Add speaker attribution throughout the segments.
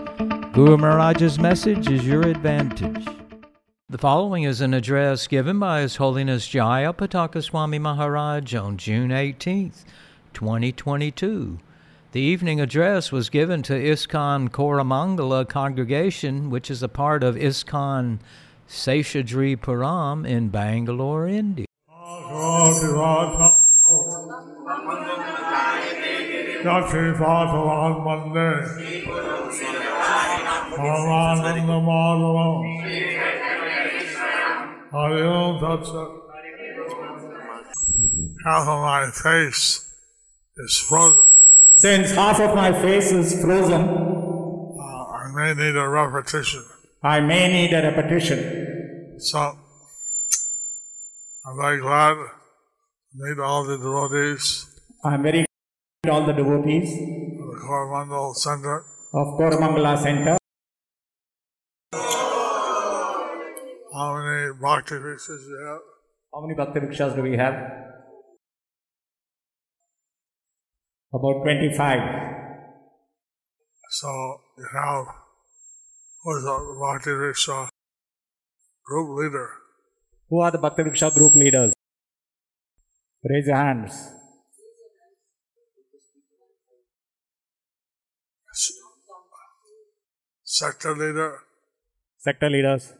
Speaker 1: Guru Maharaj's message is your advantage. The following is an address given by His Holiness Jaya Pataka Swami Maharaj on June 18th, 2022. The evening address was given to ISKCON Koramangala congregation, which is a part of ISKCON Seshadri Puram in Bangalore, India.
Speaker 2: Mande, Ramananda Madhava, Hare Om Tat Sat. Half of my face is frozen.
Speaker 3: Since half of my face is frozen,
Speaker 2: Uh, I may need a repetition.
Speaker 3: I may need a repetition.
Speaker 2: So, I'm very glad I meet all the devotees
Speaker 3: I'm very glad all the devotees
Speaker 2: of the Coromandel Center.
Speaker 3: of Koramangala Center.
Speaker 2: How many bhakti pieces you have?
Speaker 3: How many bhakti rikshas do we have? About 25.
Speaker 2: So you have who's the Bhakti Riksha group leader?
Speaker 3: Who are the bhakti riksha group leaders? Raise your hands.
Speaker 2: S- Sector leader,
Speaker 3: Sector leaders,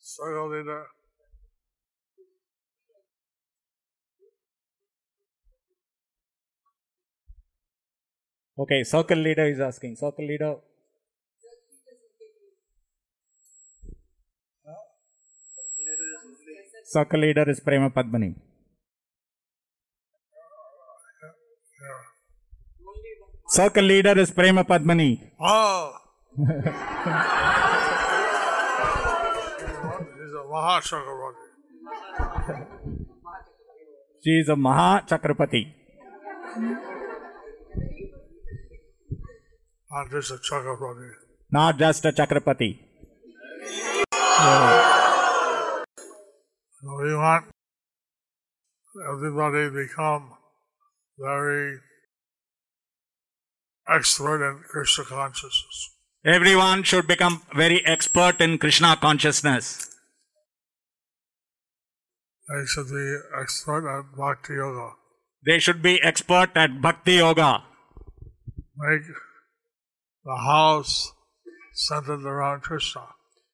Speaker 2: circle leader.
Speaker 3: Okay, circle leader is asking. Circle leader. Circle leader is Prema Padmani. Circle leader is Prema Padmani.
Speaker 2: Oh! He's a Mahachakravarti.
Speaker 3: She is a Maha Chakrapati,
Speaker 2: Not just a Chakravarti.
Speaker 3: not just a Chakrapati.
Speaker 2: So we want everybody to become very expert in Krishna consciousness.
Speaker 3: Everyone should become very expert in Krishna consciousness.
Speaker 2: They should be expert at Bhakti Yoga.
Speaker 3: They should be expert at Bhakti Yoga.
Speaker 2: make the house centered around Krishna.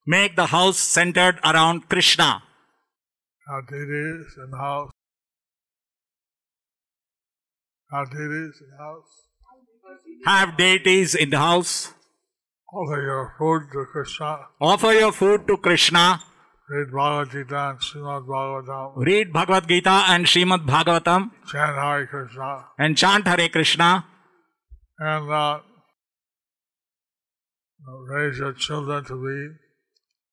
Speaker 3: Make the house centered around Krishna.
Speaker 2: Have deities in house. Have deities in house.
Speaker 3: Have deities in the house.
Speaker 2: Offer your food to Krishna.
Speaker 3: Offer your food to Krishna.
Speaker 2: Read Bhagavad Gita and Srimad Bhagavatam.
Speaker 3: Read Bhagavad Gita and Srimad Bhagavatam
Speaker 2: Chant Hare Krishna.
Speaker 3: and chant Hare Krishna.
Speaker 2: And uh, raise your children to be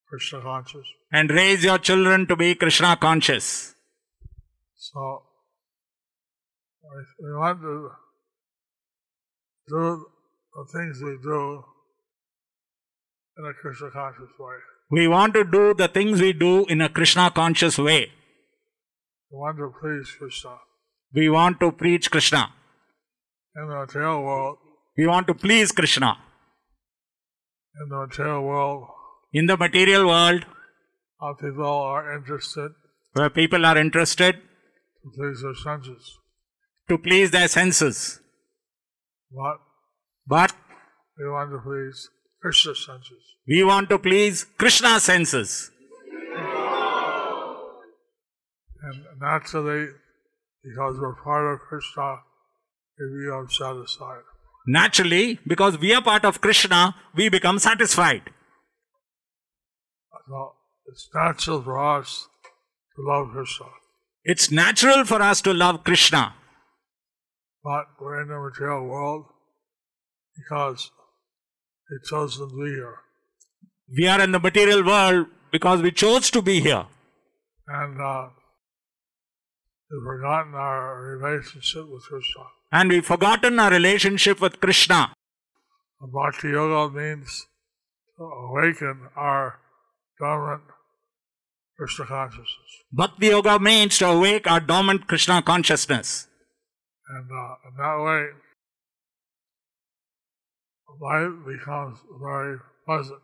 Speaker 2: Krishna conscious.
Speaker 3: And raise your children to be Krishna conscious.
Speaker 2: So we- we want to do the things we do in a Krishna conscious way.
Speaker 3: We want to do the things we do in a Krishna conscious way.
Speaker 2: We want to please Krishna.
Speaker 3: We want to preach Krishna.
Speaker 2: In the material world,
Speaker 3: We want to please Krishna.
Speaker 2: in the material world,
Speaker 3: In the material world,
Speaker 2: our people are interested
Speaker 3: where people are interested
Speaker 2: to please their senses.
Speaker 3: to please their senses,
Speaker 2: But
Speaker 3: but
Speaker 2: we want to please Krishna's senses.
Speaker 3: we want to please Krishna's senses.
Speaker 2: And naturally, because we're part of Krishna, we become satisfied.
Speaker 3: Naturally, because we are part of Krishna, we become satisfied.
Speaker 2: So it's natural for us to love Krishna.
Speaker 3: It's natural for us to love Krishna,
Speaker 2: But we're in the material world, because they chose to be here.
Speaker 3: We are in the material world because we chose to be here.
Speaker 2: And uh, we've forgotten our relationship with Krishna.
Speaker 3: And we've forgotten our relationship with Krishna.
Speaker 2: Bhakti Yoga means to awaken our dormant Krishna consciousness.
Speaker 3: Bhakti Yoga means to awake our dormant Krishna consciousness.
Speaker 2: And uh, in that way, life becomes very pleasant.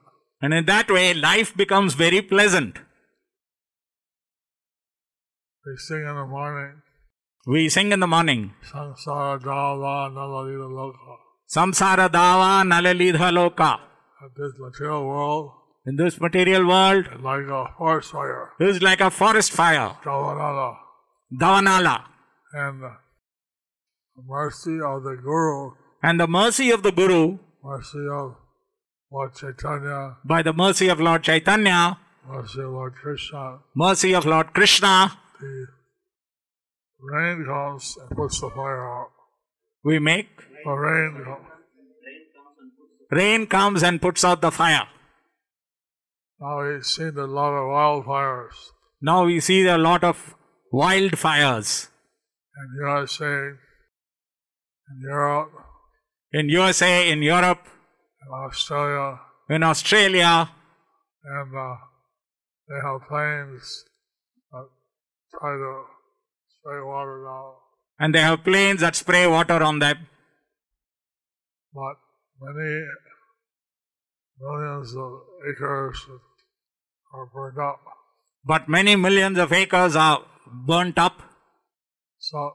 Speaker 3: And in that way, life becomes very pleasant.
Speaker 2: They sing in the morning,
Speaker 3: We sing in the morning,
Speaker 2: Samsara Dava Nalalita Loka.
Speaker 3: Samsara Dava Nalalidha Loka.
Speaker 2: That this material world
Speaker 3: In this material world,
Speaker 2: is like a forest fire,
Speaker 3: it is like a forest fire,
Speaker 2: Dhavanala.
Speaker 3: Davanala.
Speaker 2: And the mercy of the Guru,
Speaker 3: And the mercy of the Guru,
Speaker 2: mercy of Lord Chaitanya,
Speaker 3: by the mercy of Lord Chaitanya,
Speaker 2: mercy of Lord Krishna,
Speaker 3: mercy of Lord Krishna,
Speaker 2: the rain comes and puts the fire out.
Speaker 3: we make
Speaker 2: The rain comes.
Speaker 3: rain comes and puts out the fire.
Speaker 2: Now we've seen a lot of wildfires,
Speaker 3: Now we see a lot of wildfires
Speaker 2: and you are saying in Europe,
Speaker 3: in USA, in Europe,
Speaker 2: in Australia,
Speaker 3: in Australia,
Speaker 2: and uh, they have planes that try to spray water down.
Speaker 3: and they have planes that spray water on them.
Speaker 2: But many millions of acres are burned up.
Speaker 3: But many millions of acres are burnt up.
Speaker 2: So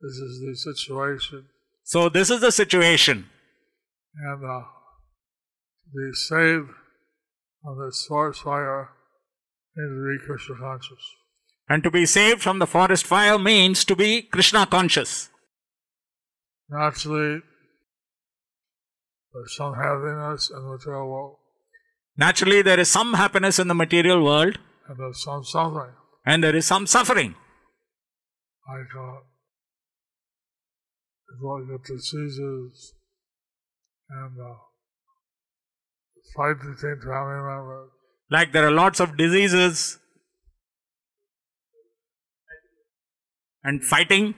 Speaker 2: this is the situation,
Speaker 3: So this is the situation.
Speaker 2: and uh, to be saved from this forest fire, need to be Krishna conscious.
Speaker 3: And to be saved from the forest fire means to be Krishna conscious.
Speaker 2: Naturally, there's some heaviness in the material world,
Speaker 3: Naturally, there is some happiness in the material world
Speaker 2: and there's some suffering,
Speaker 3: and there is some suffering.
Speaker 2: like uh, people get diseases and uh, fight between family members,
Speaker 3: Like there are lots of diseases and fighting.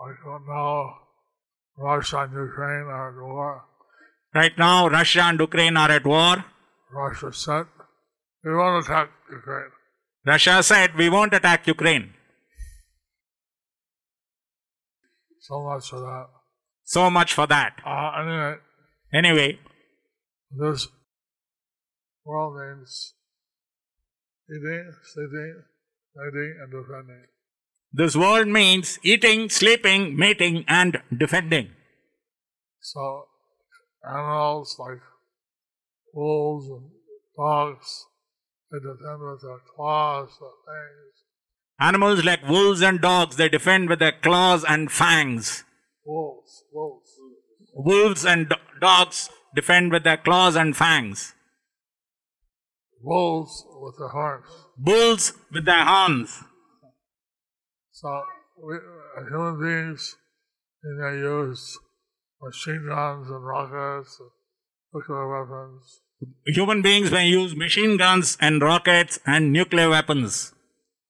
Speaker 2: like uh, now Russia and Ukraine are at war.
Speaker 3: Right now, Russia and Ukraine are at war.
Speaker 2: Russia said, we won't attack Ukraine.
Speaker 3: Russia said, We won't attack Ukraine.
Speaker 2: So much for that.
Speaker 3: So much for that.
Speaker 2: Uh, anyway,
Speaker 3: Anyway,
Speaker 2: this world means eating, sleeping, fighting, and defending.
Speaker 3: this world means eating, sleeping, mating, and defending.
Speaker 2: So animals like wolves and dogs, they defend with their claws and things.
Speaker 3: Animals like wolves and dogs, they defend with their claws and fangs.
Speaker 2: Wolves, wolves.
Speaker 3: Wolves and do- dogs defend with their claws and fangs.
Speaker 2: Wolves with their horns.
Speaker 3: Bulls with their horns.
Speaker 2: So we, as human beings, we may use machine guns and rockets and nuclear weapons.
Speaker 3: Human beings may use machine guns and rockets and nuclear weapons,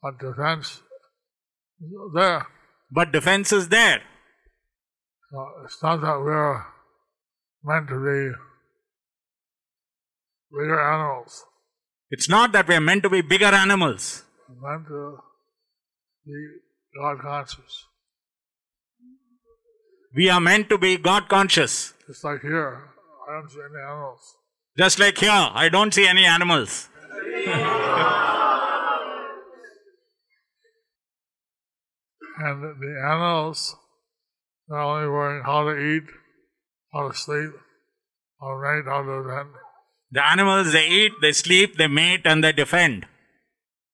Speaker 2: But defense, there.
Speaker 3: but defense is there.
Speaker 2: So it's not that we're meant to be bigger animals.
Speaker 3: It's not that we are meant to be bigger animals.
Speaker 2: We're meant to be God conscious.
Speaker 3: We are meant to be God conscious.
Speaker 2: Just like here, I don't see any animals.
Speaker 3: Just like here, I don't see any animals.
Speaker 2: And the animals, they're only worrying how to eat, how to sleep, how to mate, how to defend.
Speaker 3: The animals, they eat, they sleep, they mate, and they defend.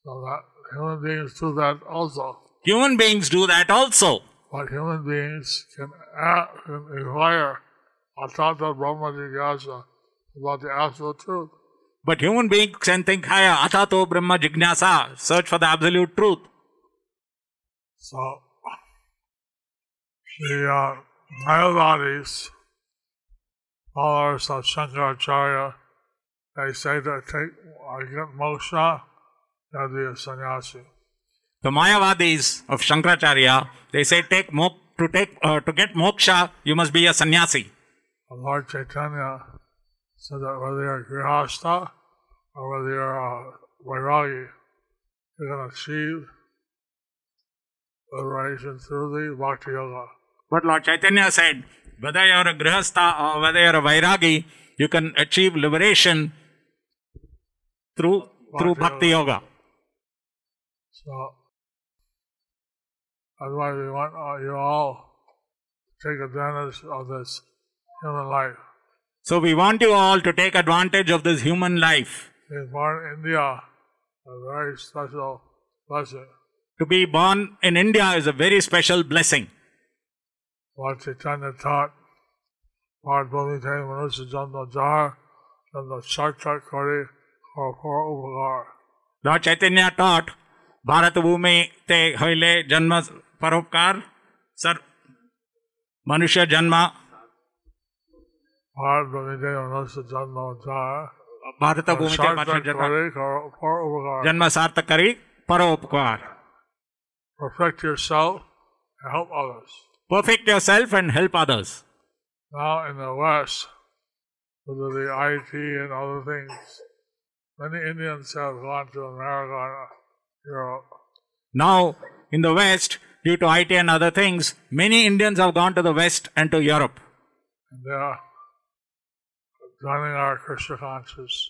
Speaker 2: So that human beings do that also.
Speaker 3: Human beings do that also.
Speaker 2: But human beings can act and inquire Atada Brahma Jigyasa about the absolute truth.
Speaker 3: But human beings can think higher, atato brahma jignasa, search for the absolute truth.
Speaker 2: So The uh, Mayavadis, followers of Shankaracharya, they say that take I get moksha, that'll be a sannyasi.
Speaker 3: The Mayavadis of Shankaracharya, they say take mok- to take uh, to get moksha, you must be a sannyasi.
Speaker 2: And Lord Chaitanya said that whether you're grihasta or whether you're a vairagi, you're going to achieve liberation through the bhakti yoga.
Speaker 3: But Lord Chaitanya said, whether you're a grihastha or whether you're a vairagi, you can achieve liberation through through bhakti
Speaker 2: Bhakti
Speaker 3: yoga.
Speaker 2: So that's why we want all- you all to take advantage of this human life.
Speaker 3: So we want you all to take advantage of this human life.
Speaker 2: Being born in India, a very special blessing.
Speaker 3: To be born in India is a very special blessing.
Speaker 2: Lord Chaitanya taught Lord Bhumite Manusya Janma Jar and the Shakta Kari or Poor Upagar.
Speaker 3: Lord Chaitanya taught, Bharat Bhumi te hoile janma paropkar, sar manushya janma,
Speaker 2: Lord Bhumite Manusya Janma Jar
Speaker 3: Bharat
Speaker 2: and the
Speaker 3: Bhumi te
Speaker 2: Shakta
Speaker 3: manushya janma,
Speaker 2: Kari or Poor Upagar.
Speaker 3: janma sarthak kari paropkar.
Speaker 2: Perfect yourself and help others.
Speaker 3: Perfect yourself and help others.
Speaker 2: Now in the West, with the IT and other things, many Indians have gone to America and Europe.
Speaker 3: Now, in the West, due to IT and other things, many Indians have gone to the West and to Europe.
Speaker 2: and they are joining our Krishna conscious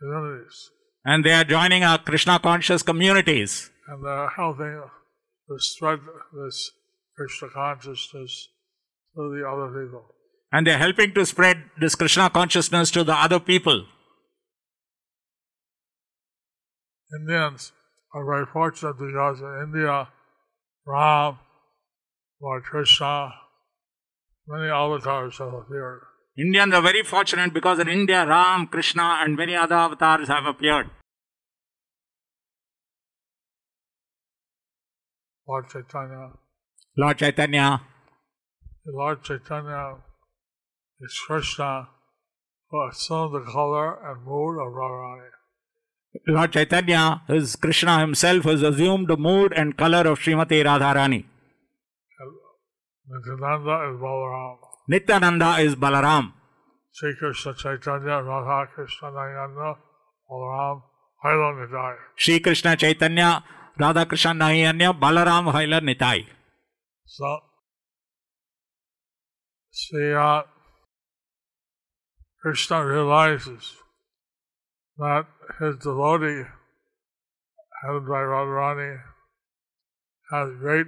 Speaker 2: communities,
Speaker 3: And they are joining our Krishna conscious communities.
Speaker 2: and uh, they are helping to spread this Krishna consciousness to the other people.
Speaker 3: And they are helping to spread this Krishna consciousness to the other people.
Speaker 2: Indians are very fortunate because in India, Ram, Lord Krishna, many avatars have appeared.
Speaker 3: Indians are very fortunate because in India, Ram, Krishna, and many other avatars have appeared.
Speaker 2: Lord Chaitanya,
Speaker 3: Lord Chaitanya,
Speaker 2: Lord Chaitanya is Krishna who assumed the color and mood of Radharani.
Speaker 3: Lord Chaitanya is Krishna himself has assumed the mood and color of Srimati Radharani.
Speaker 2: Nityananda is Balaram.
Speaker 3: Nityananda is Balaram.
Speaker 2: Sri Krishna Chaitanya, Radha Krishna Nayana, Balaram, Hilo Nidai.
Speaker 3: Shri Krishna Chaitanya, Radha Krishna Nayanya, Balaram Haila Nitai.
Speaker 2: So, see, uh, Krishna realizes that his devotee, headed by Radharani, has great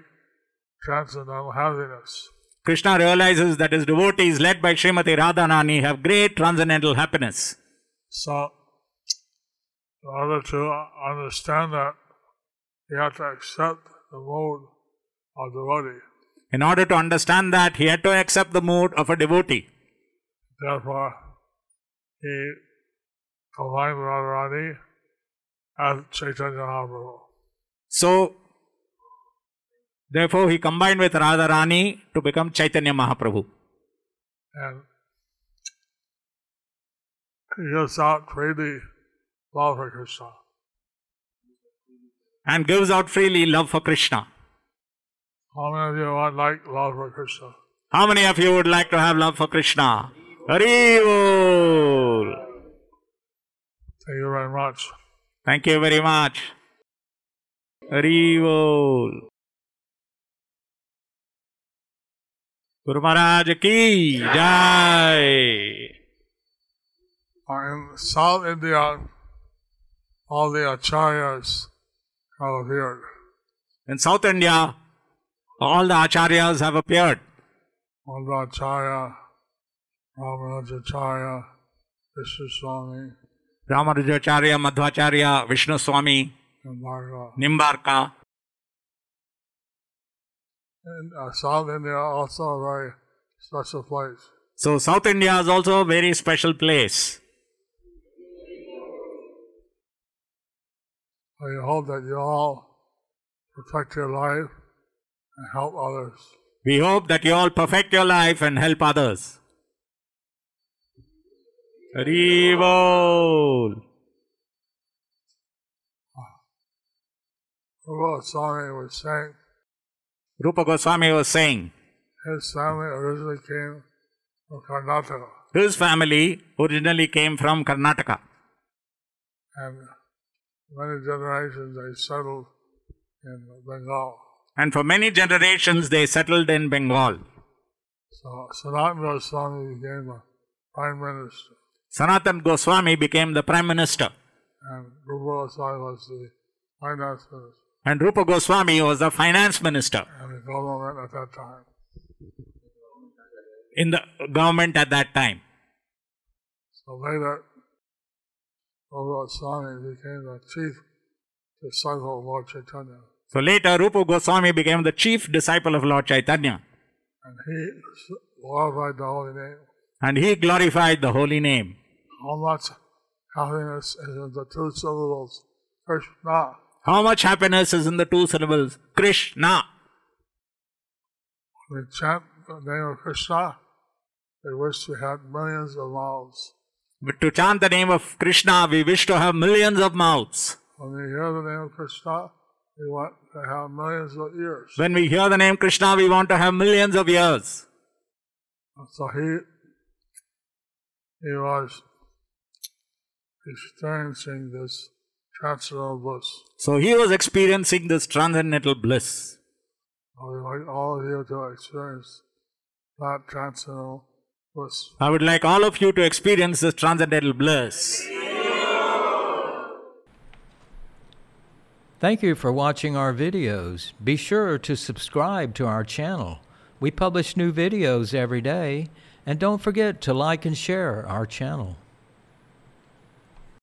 Speaker 2: transcendental happiness.
Speaker 3: Krishna realizes that his devotees led by Srimati Radhanani have great transcendental happiness.
Speaker 2: So, in order to understand that, you have to accept the mode of devotee.
Speaker 3: In order to understand that, he had to accept the mood of a devotee.
Speaker 2: Therefore, he combined Radharani as Chaitanya Mahaprabhu.
Speaker 3: So, therefore, he combined with Radharani to become Chaitanya Mahaprabhu.
Speaker 2: And he gives out freely love for Krishna.
Speaker 3: and gives out freely love for Krishna.
Speaker 2: How many of you would like love for Krishna?
Speaker 3: How many of you would like to have love for Krishna? Hari Bol.
Speaker 2: Thank you very much.
Speaker 3: Thank you very much. Hari Bol. Guru Maharaj ki jai.
Speaker 2: are in South India, all the acharyas have appeared.
Speaker 3: In South India, all the acharyas have appeared.
Speaker 2: Mandacharya, Ramanujacharya, Vishnu Swami,
Speaker 3: Ramanujacharya, Madhvacharya, Vishnu Swami,
Speaker 2: and Bhargava.
Speaker 3: Nimbarka.
Speaker 2: And uh, South India also a very special place.
Speaker 3: So South India is also a very special place.
Speaker 2: I hope that you all protect your life and help others.
Speaker 3: We hope that you all perfect your life and help others. Hari Bol.
Speaker 2: Well, Swami was saying
Speaker 3: Rupa Goswami was saying,
Speaker 2: his family originally came from Karnataka
Speaker 3: his family originally came from Karnataka.
Speaker 2: and many generations they settled in Bengal.
Speaker 3: And for many generations, they settled in Bengal.
Speaker 2: So Sanatan Goswami became the prime minister
Speaker 3: Sanatan Goswami became the prime minister,
Speaker 2: and Rupa Goswami was the finance minister
Speaker 3: and Rupa Goswami was the finance minister
Speaker 2: and the government at that time.
Speaker 3: in the government at that time.
Speaker 2: So later, Rupa Goswami became the chief disciple of Lord Chaitanya
Speaker 3: So later, Rupa Goswami became the chief disciple of Lord Chaitanya,
Speaker 2: and he glorified the holy name.
Speaker 3: and he glorified the holy name.
Speaker 2: How much happiness is in the two syllables Krishna?
Speaker 3: How much happiness is in the two syllables Krishna?
Speaker 2: We chant the name of Krishna. We wish we had millions of mouths.
Speaker 3: But to chant the name of Krishna, we wish to have millions of mouths.
Speaker 2: When we hear the name of Krishna, we want to have millions of ears.
Speaker 3: When we hear the name Krishna, we want to have millions of ears.
Speaker 2: So he, he was experiencing this transcendental bliss.
Speaker 3: So he was experiencing this transcendental bliss.
Speaker 2: I would like all of you to experience that transcendental bliss.
Speaker 3: I would like all of you to experience this transcendental bliss.
Speaker 1: Thank you for watching our videos. Be sure to subscribe to our channel. We publish new videos every day. And don't forget to like and share our channel.